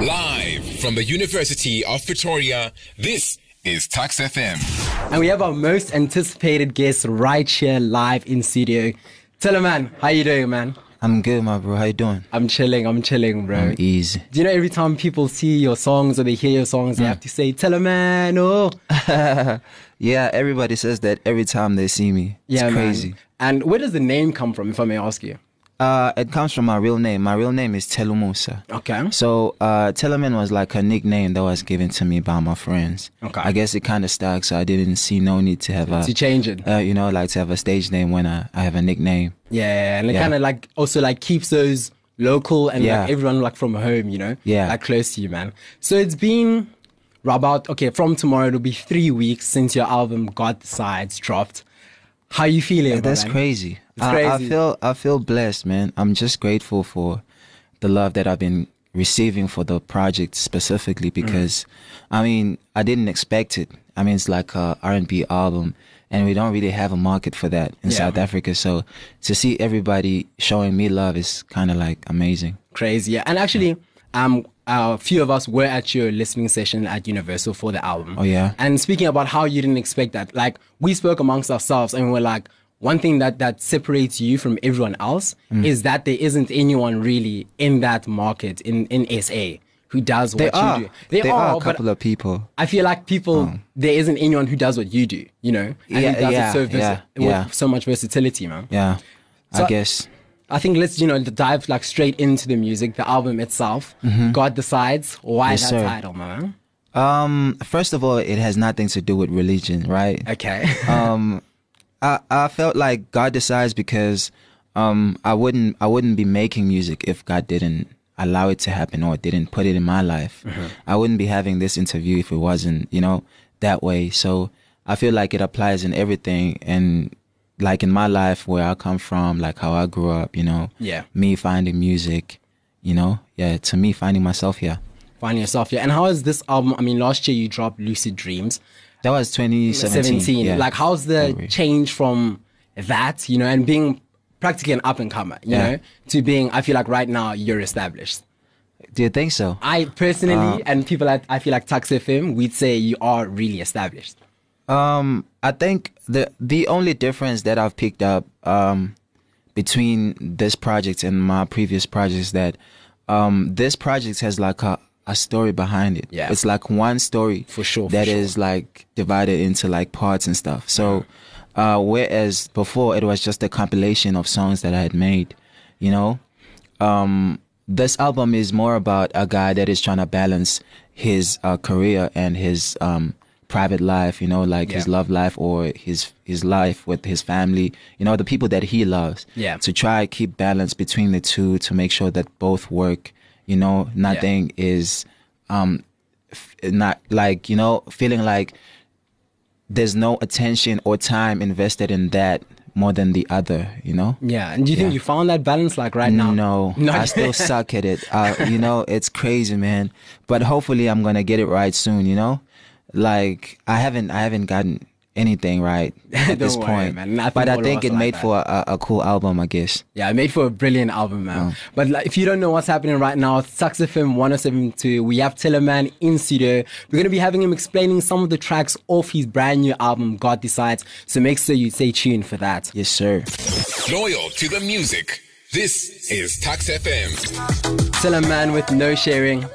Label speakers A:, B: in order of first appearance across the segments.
A: Live from the University of Pretoria, this is Tax FM.
B: And we have our most anticipated guest right here live in studio. Tell him, man, how you doing, man?
C: I'm good, my bro. How you doing?
B: I'm chilling, I'm chilling, bro.
C: I'm easy.
B: Do you know every time people see your songs or they hear your songs,
C: Mm.
B: they have to say, Tell him, man, oh.
C: Yeah, everybody says that every time they see me.
B: Yeah,
C: it's
B: man.
C: crazy.
B: And where does the name come from, if I may ask you?
C: Uh, it comes from my real name. My real name is Telu Musa.
B: Okay.
C: So uh, Teleman was like a nickname that was given to me by my friends.
B: Okay.
C: I guess it kind of stuck, so I didn't see no need to have a
B: To change it.
C: Uh, you know, like to have a stage name when I, I have a nickname.
B: Yeah, and it
C: Yeah.
B: kind of like also like keeps those local and
C: Yeah.
B: like everyone like from home, you know,
C: Yeah.
B: like close to you, man. So it's been about okay from tomorrow it'll be three weeks since your album God Decides dropped. How you feeling? my
C: That's
B: man?
C: crazy.
B: It's
C: I, I
B: crazy.
C: feel I feel blessed, man. I'm just grateful for the love that I've been receiving for the project specifically
B: Mm.
C: because, I mean, I didn't expect it. I mean, it's like a R&B album, and we don't really have a market for that in
B: Yeah.
C: South Africa. So to see everybody showing me love is kind of like amazing.
B: crazy. Yeah. And actually, um, a few of us were at your listening session at Universal for the album.
C: Oh, yeah?
B: And speaking about how you didn't expect that, like we spoke amongst ourselves and we we're like, one thing that that separates you from everyone else
C: Mm.
B: is that there isn't anyone really in that market in in SA who does what
C: There
B: you
C: are
B: do.
C: there are a
B: but
C: couple of people.
B: I feel like people there isn't anyone who does what you do, you know, and
C: Yeah,
B: who does it
C: yeah,
B: so versi-
C: yeah,
B: with
C: yeah.
B: so much versatility, man.
C: Yeah,
B: So-
C: I guess.
B: I think let's you know dive like straight into the music, the album itself. God decides why
C: Mm-hmm. Yes,
B: that
C: sir.
B: title, man.
C: Um, first of all, it has nothing to do with religion, right?
B: Okay.
C: um I I felt like God decides because um I wouldn't I wouldn't be making music if God didn't allow it to happen or didn't put it in my life.
B: Uh-huh.
C: I wouldn't be having this interview if it wasn't, you know, that way. So I feel like it applies in everything and like in my life where I come from, like how I grew up, you know.
B: Yeah.
C: Me finding music, you know. Yeah, to me finding myself here.
B: Find yourself here. And how is this album? I mean, last year you dropped Lucid Dreams,
C: That was 2017. yeah.
B: Like, how's the
C: February.
B: change from that, you know, and being practically an up and comer, you
C: Yeah.
B: know, to being I feel like right now you're established.
C: Do you think so?
B: I personally
C: Uh,
B: and people at I feel like Tax FM, we'd say you are really established.
C: Um, I think the the only difference that I've picked up um, between this project and my previous projects is that um, this project has like a, a story behind it.
B: Yeah.
C: it's like one story
B: For sure, for
C: that is
B: sure.
C: like divided into like parts and stuff. So, uh, whereas before it was just a compilation of songs that I had made, you know, um, this album is more about a guy that is trying to balance his uh, career and his um, private life, you know, like his
B: Yeah.
C: love life or his his life with his family, you know, the people that he loves.
B: Yeah.
C: To try keep balance between the two to make sure that both work, you know, nothing is um f- not like, you know, feeling like there's no attention or time invested in that more than the other, you know?
B: Yeah. And do you think you found that balance like right now?
C: No,
B: Not
C: I still suck at it. Uh, you know, it's crazy, man. But hopefully, I'm gonna get it right soon. You know, like I haven't, I haven't gotten anything right
B: Don't
C: at this
B: worry,
C: point.
B: man. I think
C: but
B: all
C: I
B: of
C: think
B: us
C: it
B: are like
C: made for a, a cool album, I guess.
B: Yeah, it made for a brilliant album, man. But like, if you don't know what's happening right now, Sax FM 1072, we have Teleman in studio. We're going to be having him explaining some of the tracks off his brand new album, God Decides. So make sure you stay tuned for that.
C: Yes, sir.
A: Loyal to the music, this is Tax FM.
B: Teleman with No Sharing.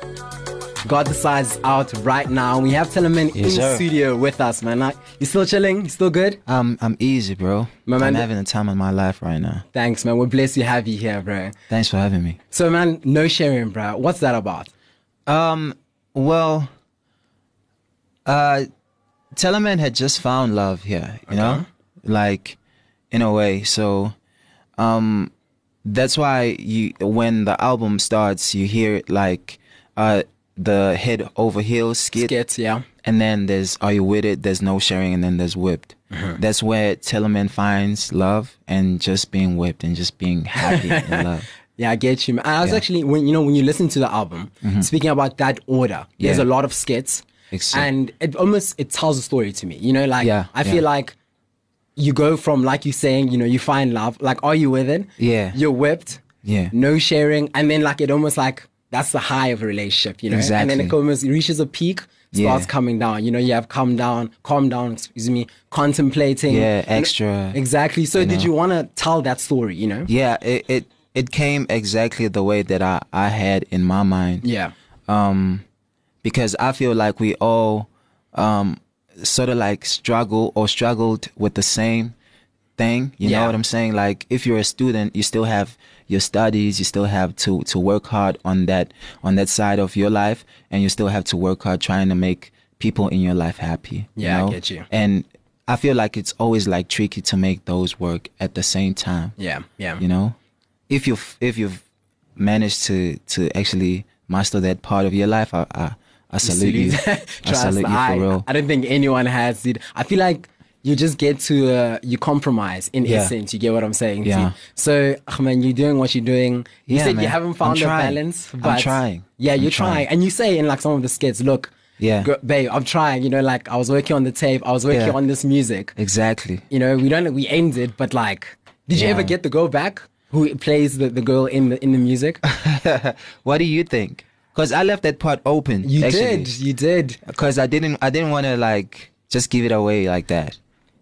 B: God Decides is out right now. We have Teleman in
C: Yes, sir.
B: studio with us, man. Like, you still chilling? You still good?
C: Um, I'm easy, bro.
B: My man-
C: I'm having the time of my life right now.
B: Thanks, man. We're blessed to have you here, bro.
C: Thanks for having me.
B: So, man, No Sharing, bro. What's that about?
C: Um, well, uh, Telemann had just found love here, you know, like in a way. So, um, that's why you when the album starts, you hear it like uh the head over heels skit,
B: Skits, yeah.
C: and then there's are you with it? There's no sharing, and then there's whipped. That's where Telemann finds love and just being whipped and just being happy in love.
B: Yeah, I get you. man. And I was actually when you know when you listen to the album, speaking about that order, there's
C: Mm-hmm. Yeah.
B: a lot of skits,
C: Exact-
B: and it almost it tells a story to me. You know, like
C: Yeah,
B: I
C: yeah.
B: feel like you go from like you saying, you know, you find love, like are you with it?
C: Yeah.
B: you're whipped.
C: Yeah.
B: no sharing, and then like it almost like that's the high of a relationship, you know. And then
C: Exactly.
B: it almost it reaches a peak,
C: Yeah.
B: starts coming down. You know, you have come down, calm down, excuse me, contemplating.
C: Yeah,
B: And-
C: extra,
B: Exactly. So did you want to tell that story, you know?
C: yeah it, it it came exactly the way that i i had in my mind
B: Yeah.
C: um because i feel like we all um sort of like struggle or struggled with the same thing you
B: Yeah.
C: know what i'm saying like if you're a student you still have your studies you still have to to work hard on that on that side of your life and you still have to work hard trying to make people in your life happy
B: Yeah, I
C: know?
B: get you.
C: and i feel like it's always like tricky to make those work at the same time
B: Yeah. Yeah.
C: you know if you've if you've managed to to actually master that part of your life i i, I salute you i
B: Trust,
C: salute you
B: I,
C: for real
B: I don't think anyone has it. I feel like you just get to uh, you compromise in
C: Yeah.
B: essence. You get what I'm saying?
C: Yeah.
B: So, I mean, you're doing what you're doing. You
C: Yeah,
B: said you
C: man.
B: haven't found
C: I'm
B: the
C: trying.
B: balance,
C: I'm
B: but
C: trying.
B: Yeah,
C: I'm
B: you're trying.
C: trying.
B: and you say in like some of the skits, look,
C: Yeah.
B: gr- babe, I'm trying. You know, like I was working on the tape, I was working
C: Yeah.
B: on this music.
C: exactly
B: You know, we don't we aimed it, but like, did you
C: Yeah.
B: ever get the girl back who plays the, the girl in the in the music?
C: what do you think because i left that part open
B: You did, you did.
C: because i didn't i didn't want to like just give it away like that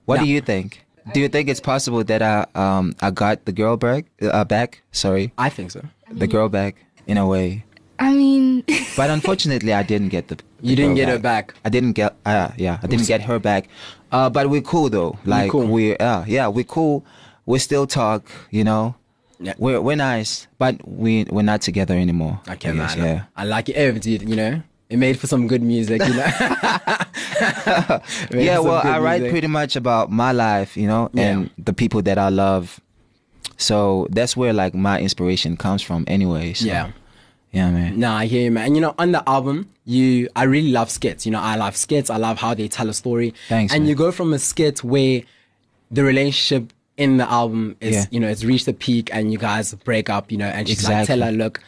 C: what do
B: Yeah.
C: you think do you think it's possible that i um i got the girl back uh, back sorry
B: I think so.
C: the girl back in a way
D: I mean,
C: but unfortunately, I didn't get the. the
B: You didn't
C: girl
B: get her back.
C: I didn't get. Uh, yeah, I didn't get her back. Uh, but we're cool though. Like
B: cool.
C: we, uh, yeah, we're cool. We still talk. You know,
B: Yeah.
C: we're we're nice, but we we're not together anymore. I
B: Okay,
C: guess,
B: man.
C: Yeah.
B: I like it. Oh, dude, you know, it made for some good music, you know. It made
C: yeah.
B: for some
C: Well,
B: good
C: I write
B: music.
C: pretty much about my life, you know, and the people that I love. So that's where like my inspiration comes from, anyway. So,
B: Yeah.
C: Yeah, man.
B: Nah, I hear you, man. And you know, on the album, you I really love skits. You know, I love skits. I love how they tell a story.
C: Thanks,
B: And
C: man.
B: you go from a skit where the relationship in the album is,
C: Yeah.
B: you know, it's reached a peak and you guys break up, you know, and she's like,
C: Exactly.
B: tell her, look,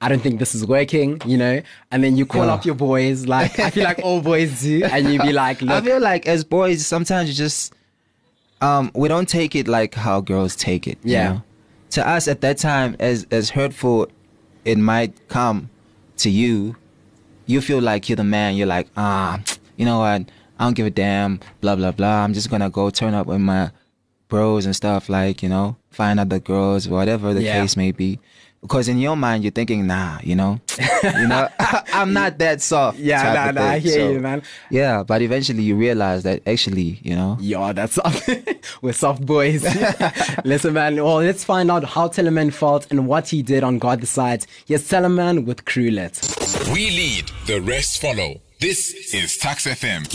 B: I don't think this is working, you know. And then you call
C: Yeah.
B: up your boys, like I feel like all boys do, and you be like,
C: I
B: look,
C: feel like as boys, sometimes you just um, we don't take it like how girls take it. you
B: Yeah.
C: know? To us at that time, as as hurtful it might come to you, you feel like you're the man. You're like, ah, you know what? I don't give a damn. Blah blah blah. I'm just gonna go turn up with my bros and stuff. Like you know, find other girls, whatever the
B: Yeah.
C: case may be. Because in your mind, you're thinking, nah, you know, you know, I'm not that soft.
B: Yeah,
C: type
B: nah,
C: of
B: nah, I
C: thing.
B: hear
C: So-
B: you, man.
C: yeah, but eventually you realize that actually, you know.
B: Yeah, that's up. We're soft boys. Listen, man. Well, let's find out how Telemann felt and what he did on God Decides. Yes, Telemann with Crewlet.
A: We lead, the rest follow. This is Tax FM.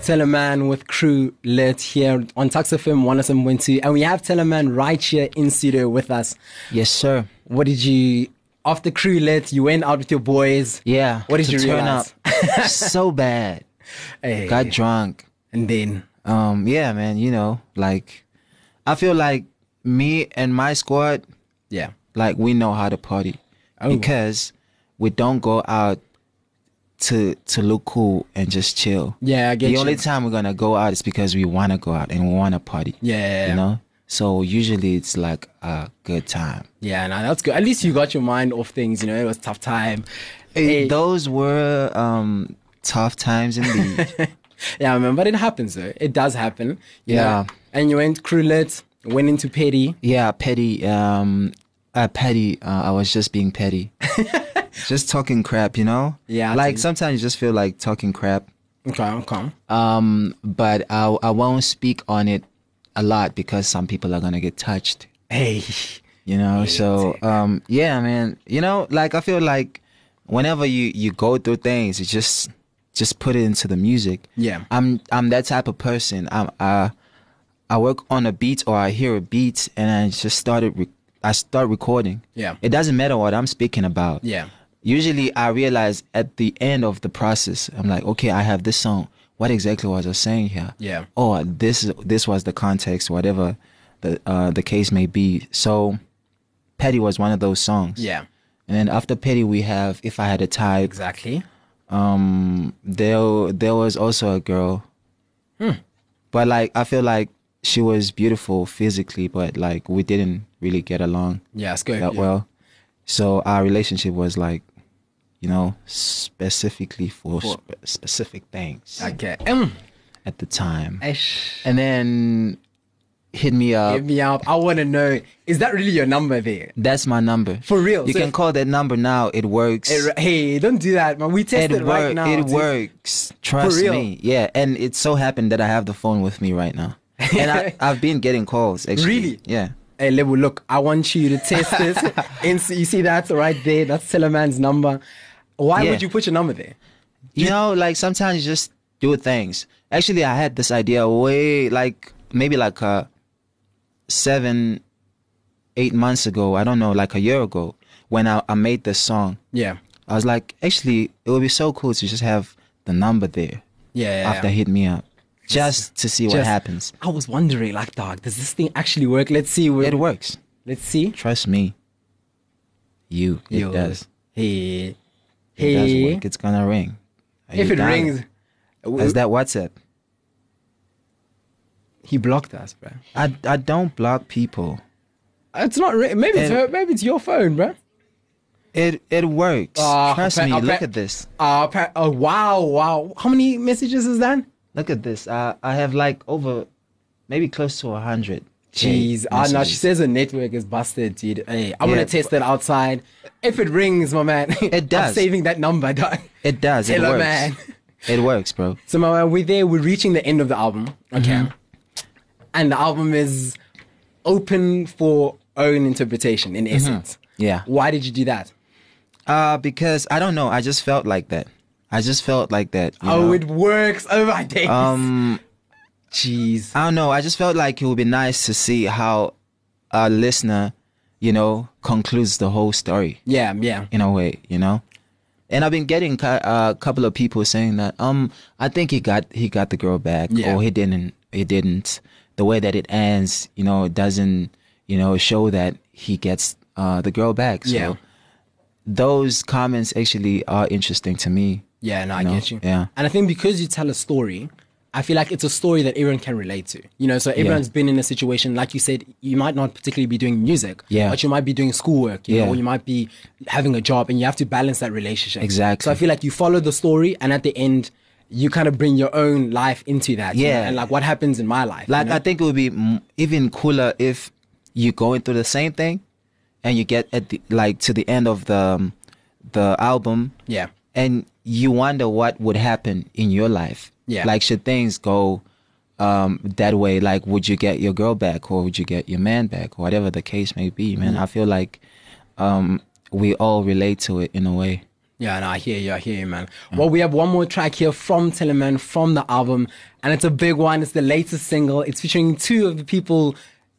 B: Telemann with Crewlet here on Tux FM 107.2. And we have Telemann right here in studio with us.
C: Yes, sir.
B: What did you, after Crewlet, you went out with your boys?
C: Yeah.
B: What did
C: to
B: you
C: turn
B: realize?
C: up so bad.
B: Hey,
C: Got drunk.
B: and then,
C: Um, yeah, man, you know, like I feel like me and my squad,
B: yeah.
C: like we know how to party.
B: Oh.
C: Because we don't go out to to look cool and just chill.
B: Yeah, I get
C: the
B: you.
C: only time we're gonna go out is because we wanna go out and we wanna party.
B: Yeah.
C: You know? So usually it's like a good time.
B: yeah, no, that's good. At least you got your mind off things, you know, it was tough time. Hey.
C: Those were um, tough times indeed.
B: Yeah, man, but it happens though. It does happen. you
C: Yeah.
B: know. And you went crewlet, went into petty.
C: yeah, petty. Um, uh, petty. Uh, I was just being petty, just talking crap. You know.
B: Yeah, I
C: Like
B: do.
C: sometimes you just feel like talking crap.
B: Okay, okay.
C: Um, but I I won't speak on it a lot because some people are gonna get touched.
B: Hey.
C: You know. So um, yeah, man. You know, like I feel like whenever you you go through things, you just just put it into the music.
B: Yeah.
C: I'm I'm that type of person. I'm I I work on a beat or I hear a beat and I just started re- I start recording.
B: Yeah.
C: It doesn't matter what I'm speaking about.
B: Yeah.
C: Usually I realize at the end of the process I'm like, okay, I have this song. What exactly was I saying here?
B: Yeah.
C: Oh, this this was the context, whatever the uh, the case may be. So, Petty was one of those songs.
B: Yeah.
C: And then after Petty, we have If I Had a Type.
B: Exactly.
C: Um, there there was also a girl,
B: Hmm.
C: but like I feel like she was beautiful physically, but like we didn't really get along
B: Yeah, it's good.
C: that
B: yeah.
C: well. So our relationship was like you know, specifically for, spe- specific things
B: Okay. Mm.
C: at the time.
B: Ish.
C: And then hit me up.
B: Hit me up. I want to know. Is that really your number there?
C: That's my number.
B: For real?
C: You
B: So-
C: can call that number now. It works.
B: Hey, r- Hey, don't do that, man. We
C: It
B: tested
C: wor-
B: right now.
C: It
B: dude.
C: works. Trust
B: real?
C: me. Yeah. And it so happened that I have the phone with me right now. And I, I've been getting calls actually.
B: Really?
C: Yeah.
B: Hey, Level, look, I want you to test this. and so you see that right there? That's Teleman's number. Why
C: Yeah.
B: would you put your number there?
C: You know, like sometimes you just do things. Actually, I had this idea way like maybe like uh seven, eight months ago. I don't know, like a year ago when I, I made this song.
B: Yeah.
C: I was like, actually, it would be so cool to just have the number there
B: Yeah.
C: after hit me up, just to see what
B: Just-
C: happens.
B: I was wondering, like, dog, does this thing actually work? Let's see. where-
C: It works.
B: Let's see.
C: Trust me. You, it
B: Yo.
C: does.
B: Hey.
C: It does
B: Hey.
C: work. It's gonna ring. Are
B: If
C: you
B: it
C: down?
B: rings,
C: is that WhatsApp?
B: he blocked us, bro.
C: I I don't block people.
B: It's not. Ri- maybe it's
C: And-
B: her. Maybe it's your phone, bro.
C: It it works.
B: Ah,
C: Trust
B: appa-
C: me.
B: appa-
C: Look at this.
B: Uh, appa- oh, wow, wow. How many messages is that?
C: Look at this. I I have like over, maybe close to a hundred.
B: Jeez, ah, no, she says her network is busted, dude. Hey, I'm gonna
C: Yeah,
B: test that outside. If it rings, my man,
C: It does.
B: I'm saving that number, dog.
C: it does. It
B: Tell her,
C: works.
B: man.
C: It works, bro.
B: So, my man, we're there. We're reaching the end of the album. Okay, Mm-hmm. and the album is open for own interpretation in essence.
C: Yeah.
B: Why did you do that?
C: Uh, because I don't know. I just felt like that. I just felt like that. you
B: Oh,
C: know?
B: it works. Oh my days.
C: um,
B: Jeez.
C: I don't know. I just felt like it would be nice to see how a listener, you know, concludes the whole story
B: Yeah, yeah.
C: in a way, you know. And I've been getting a uh, couple of people saying that um I think he got he got the girl back
B: Yeah.
C: or he didn't he didn't the way that it ends you know it doesn't you know show that he gets uh the girl back so
B: Yeah.
C: those comments actually are interesting to me
B: Yeah, no, I
C: No,
B: get you.
C: yeah.
B: And I think because you tell a story, I feel like it's a story that everyone can relate to. You know, so everyone's been in a situation, like you said, you might not particularly be doing music,
C: Yeah.
B: but you might be doing schoolwork, you
C: Yeah.
B: know, or you might be having a job and you have to balance that relationship.
C: Exactly.
B: So I feel like you follow the story and at the end, you kind of bring your own life into that. you know,
C: Yeah.
B: and like what happens in my life. you
C: Like
B: know?
C: I think it would be m- even cooler if you're going through the same thing, and you get at the like to the end of the um, the album,
B: Yeah.
C: and you wonder what would happen in your life.
B: Yeah.
C: like should things go um, that way? Like, would you get your girl back, or would you get your man back, or whatever the case may be? Man,
B: Mm-hmm.
C: I feel like um, we all relate to it in a way.
B: Yeah, no, I hear you. I hear you, man.
C: Mm.
B: Well, we have one more track here from Telemann from the album, and it's a big one. It's the latest single. It's featuring two of the people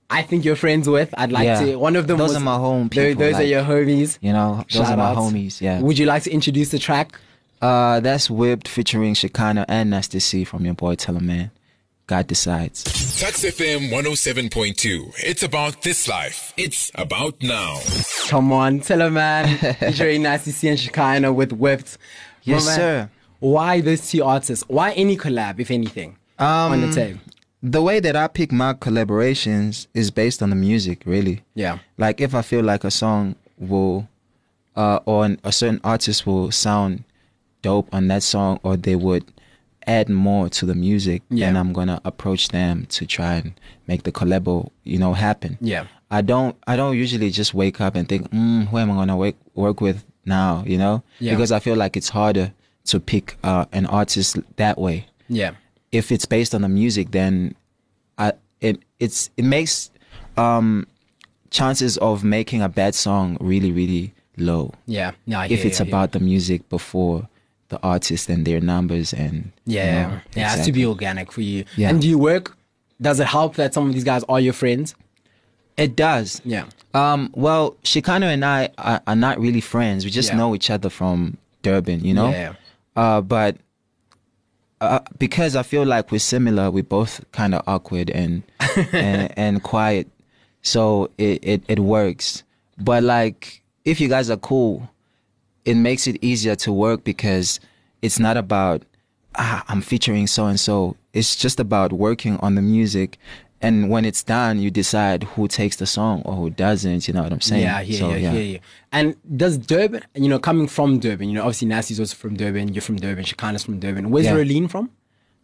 B: I think you're friends with. I'd like
C: Yeah.
B: to. One of them.
C: Those
B: was-
C: are my home
B: Tho-
C: people,
B: Those are
C: like,
B: your homies.
C: You know, those
B: Shout
C: are my
B: outs.
C: homies. Yeah.
B: Would you like to introduce the track?
C: Uh, that's Whipped featuring Chicano and Nasty C from your boy Teleman. God decides.
A: Tux FM 107.2. It's about this life. It's about now.
B: Come on, Telemann, featuring Nasty C and Shekinah with Whipped. My
C: Yes,
B: man,
C: sir.
B: Why those two artists? Why any collab, if anything, on
C: Um,
B: the tape?
C: the way that I pick my collaborations is based on the music, really.
B: Yeah.
C: Like if I feel like a song will, uh, or an- a certain artist will sound dope on that song, or they would add more to the music,
B: Yeah.
C: then I'm gonna approach them to try and make the collabo, you know, happen.
B: Yeah.
C: I don't. I don't usually just wake up and think, mm, who am I gonna work work with now? You know,
B: Yeah.
C: because I feel like it's harder to pick uh, an artist that way
B: Yeah.
C: if it's based on the music, then I it it's it makes um chances of making a bad song really really low.
B: Yeah. No, I hear
C: If it's
B: you, I hear you.
C: about the music before the artist and their numbers and you
B: Yeah, yeah,
C: know,
B: it has to be organic for you.
C: Yeah.
B: And do you work? Does it help that some of these guys are your friends?
C: It does.
B: Yeah.
C: Um, well, Shikano and I are, are not really friends. We just
B: Yeah.
C: know each other from Durban, you know?
B: Yeah.
C: Uh, but uh, because I feel like we're similar, we're both kind of awkward and, and and quiet. So it, it, it works. But like, if you guys are cool, it makes it easier to work because it's not about ah, I'm featuring so and so. It's just about working on the music and when it's done, you decide who takes the song or who doesn't. You know what I'm saying?
B: Yeah, yeah,
C: So,
B: yeah, yeah, yeah. And does Durban, you know, coming from Durban, you know, obviously Nasty's also from Durban, you're from Durban, Shekinah's from Durban. Where's
C: Yeah.
B: Rolene from?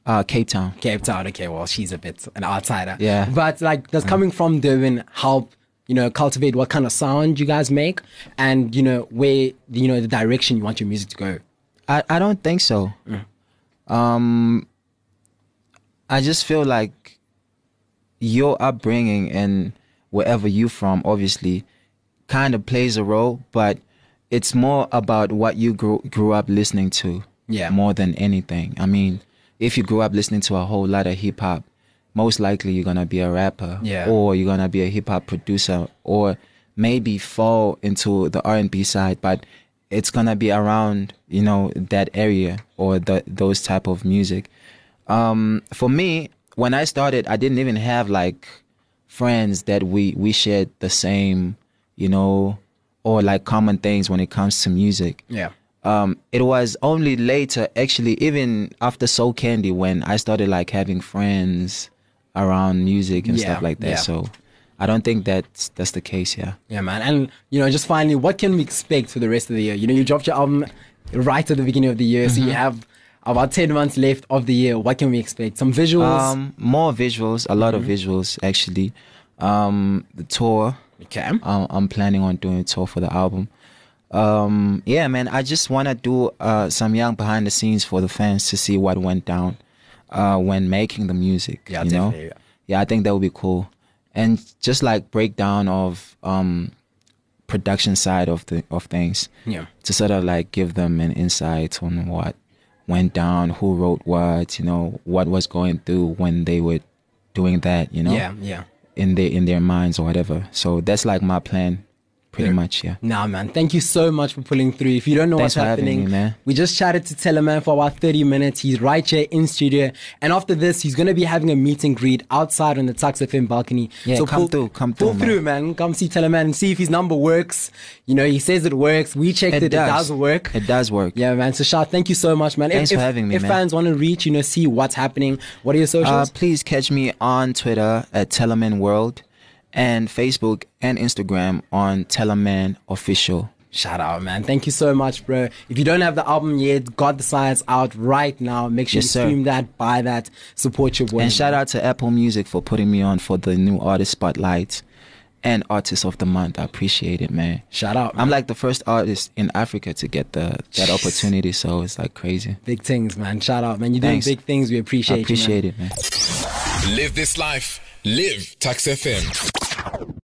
C: Uh, Cape Town.
B: Cape Town. Okay, well, she's a bit an outsider.
C: Yeah.
B: But like, does coming from Durban help, you know, cultivate what kind of sound you guys make and, you know, where, you know, the direction you want your music to go?
C: I, I don't think so. Um, I just feel like your upbringing and wherever you from, obviously, kind of plays a role, but it's more about what you grew grew up listening to.
B: Yeah.
C: More than anything. I mean, if you grew up listening to a whole lot of hip hop, most likely you're gonna be a rapper.
B: Yeah.
C: Or you're gonna be a hip hop producer or maybe fall into the R and B side, but it's gonna be around, you know, that area or the, those type of music Um, for me, when I started, I didn't even have like friends that we we shared the same, you know, or like common things when it comes to music.
B: Yeah.
C: Um, it was only later, actually, even after Soul Candy, when I started like having friends around music and
B: Yeah,
C: stuff like that.
B: yeah.
C: So I don't think that's that's the case. Yeah.
B: Yeah, man. And, you know, just finally, what can we expect for the rest of the year? You know, you dropped your album right at the beginning of the year,
C: Mm-hmm.
B: so you have about 10 months left of the year. What can we expect? Some visuals.
C: Um, more visuals, a lot
B: Mm-hmm.
C: of visuals actually. Um, the tour.
B: okay.
C: I'm, I'm planning on doing a tour for the album. Um, yeah, man, I just want to do uh, some young behind the scenes for the fans to see what went down uh, when making the music.
B: Yeah,
C: you know?
B: definitely, yeah.
C: Yeah, I think that would be cool, and just like breakdown of um, production side of the of things.
B: Yeah.
C: to sort of like give them an insight on what went down, who wrote what, you know, what was going through when they were doing that. You know
B: Yeah, yeah.
C: in their in their minds or whatever. So that's like my plan, pretty much. Yeah.
B: Nah, man. Thank you so much for pulling through. If you don't know
C: Thanks
B: what's
C: for having
B: happening,
C: me, man.
B: we just chatted to Teleman for about 30 minutes. He's right here in studio. And after this, he's going to be having a meet and greet outside on the Tux FM balcony.
C: Yeah, come through, come
B: pull
C: through,
B: through, man. Come see Teleman and see if his number works. You know, he says it works. We checked it. It does work.
C: It does work.
B: yeah, man. So, Shah, thank you so much, man. If-
C: Thanks for
B: if,
C: having me,
B: If
C: man.
B: fans want to reach, you know, see what's happening, what are your
C: Uh,
B: socials?
C: please catch me on Twitter at Teleman World, and Facebook and Instagram on Teleman Official.
B: Shout out, man. Thank you so much, bro. If you don't have the album yet, God the Science out right now. Make sure
C: Yes,
B: you
C: sir.
B: stream that, buy that, support your boy.
C: And shout out to Apple Music for putting me on for the new artist spotlight and artist of the month. I appreciate it, man.
B: Shout out.
C: I'm like the first artist in Africa to get the that opportunity, so it's like crazy.
B: big things, man. Shout out, man. You're
C: Thanks.
B: doing big things. We
C: I
B: appreciate you. man.
C: appreciate it, man.
A: Live this life. Live Tax FM.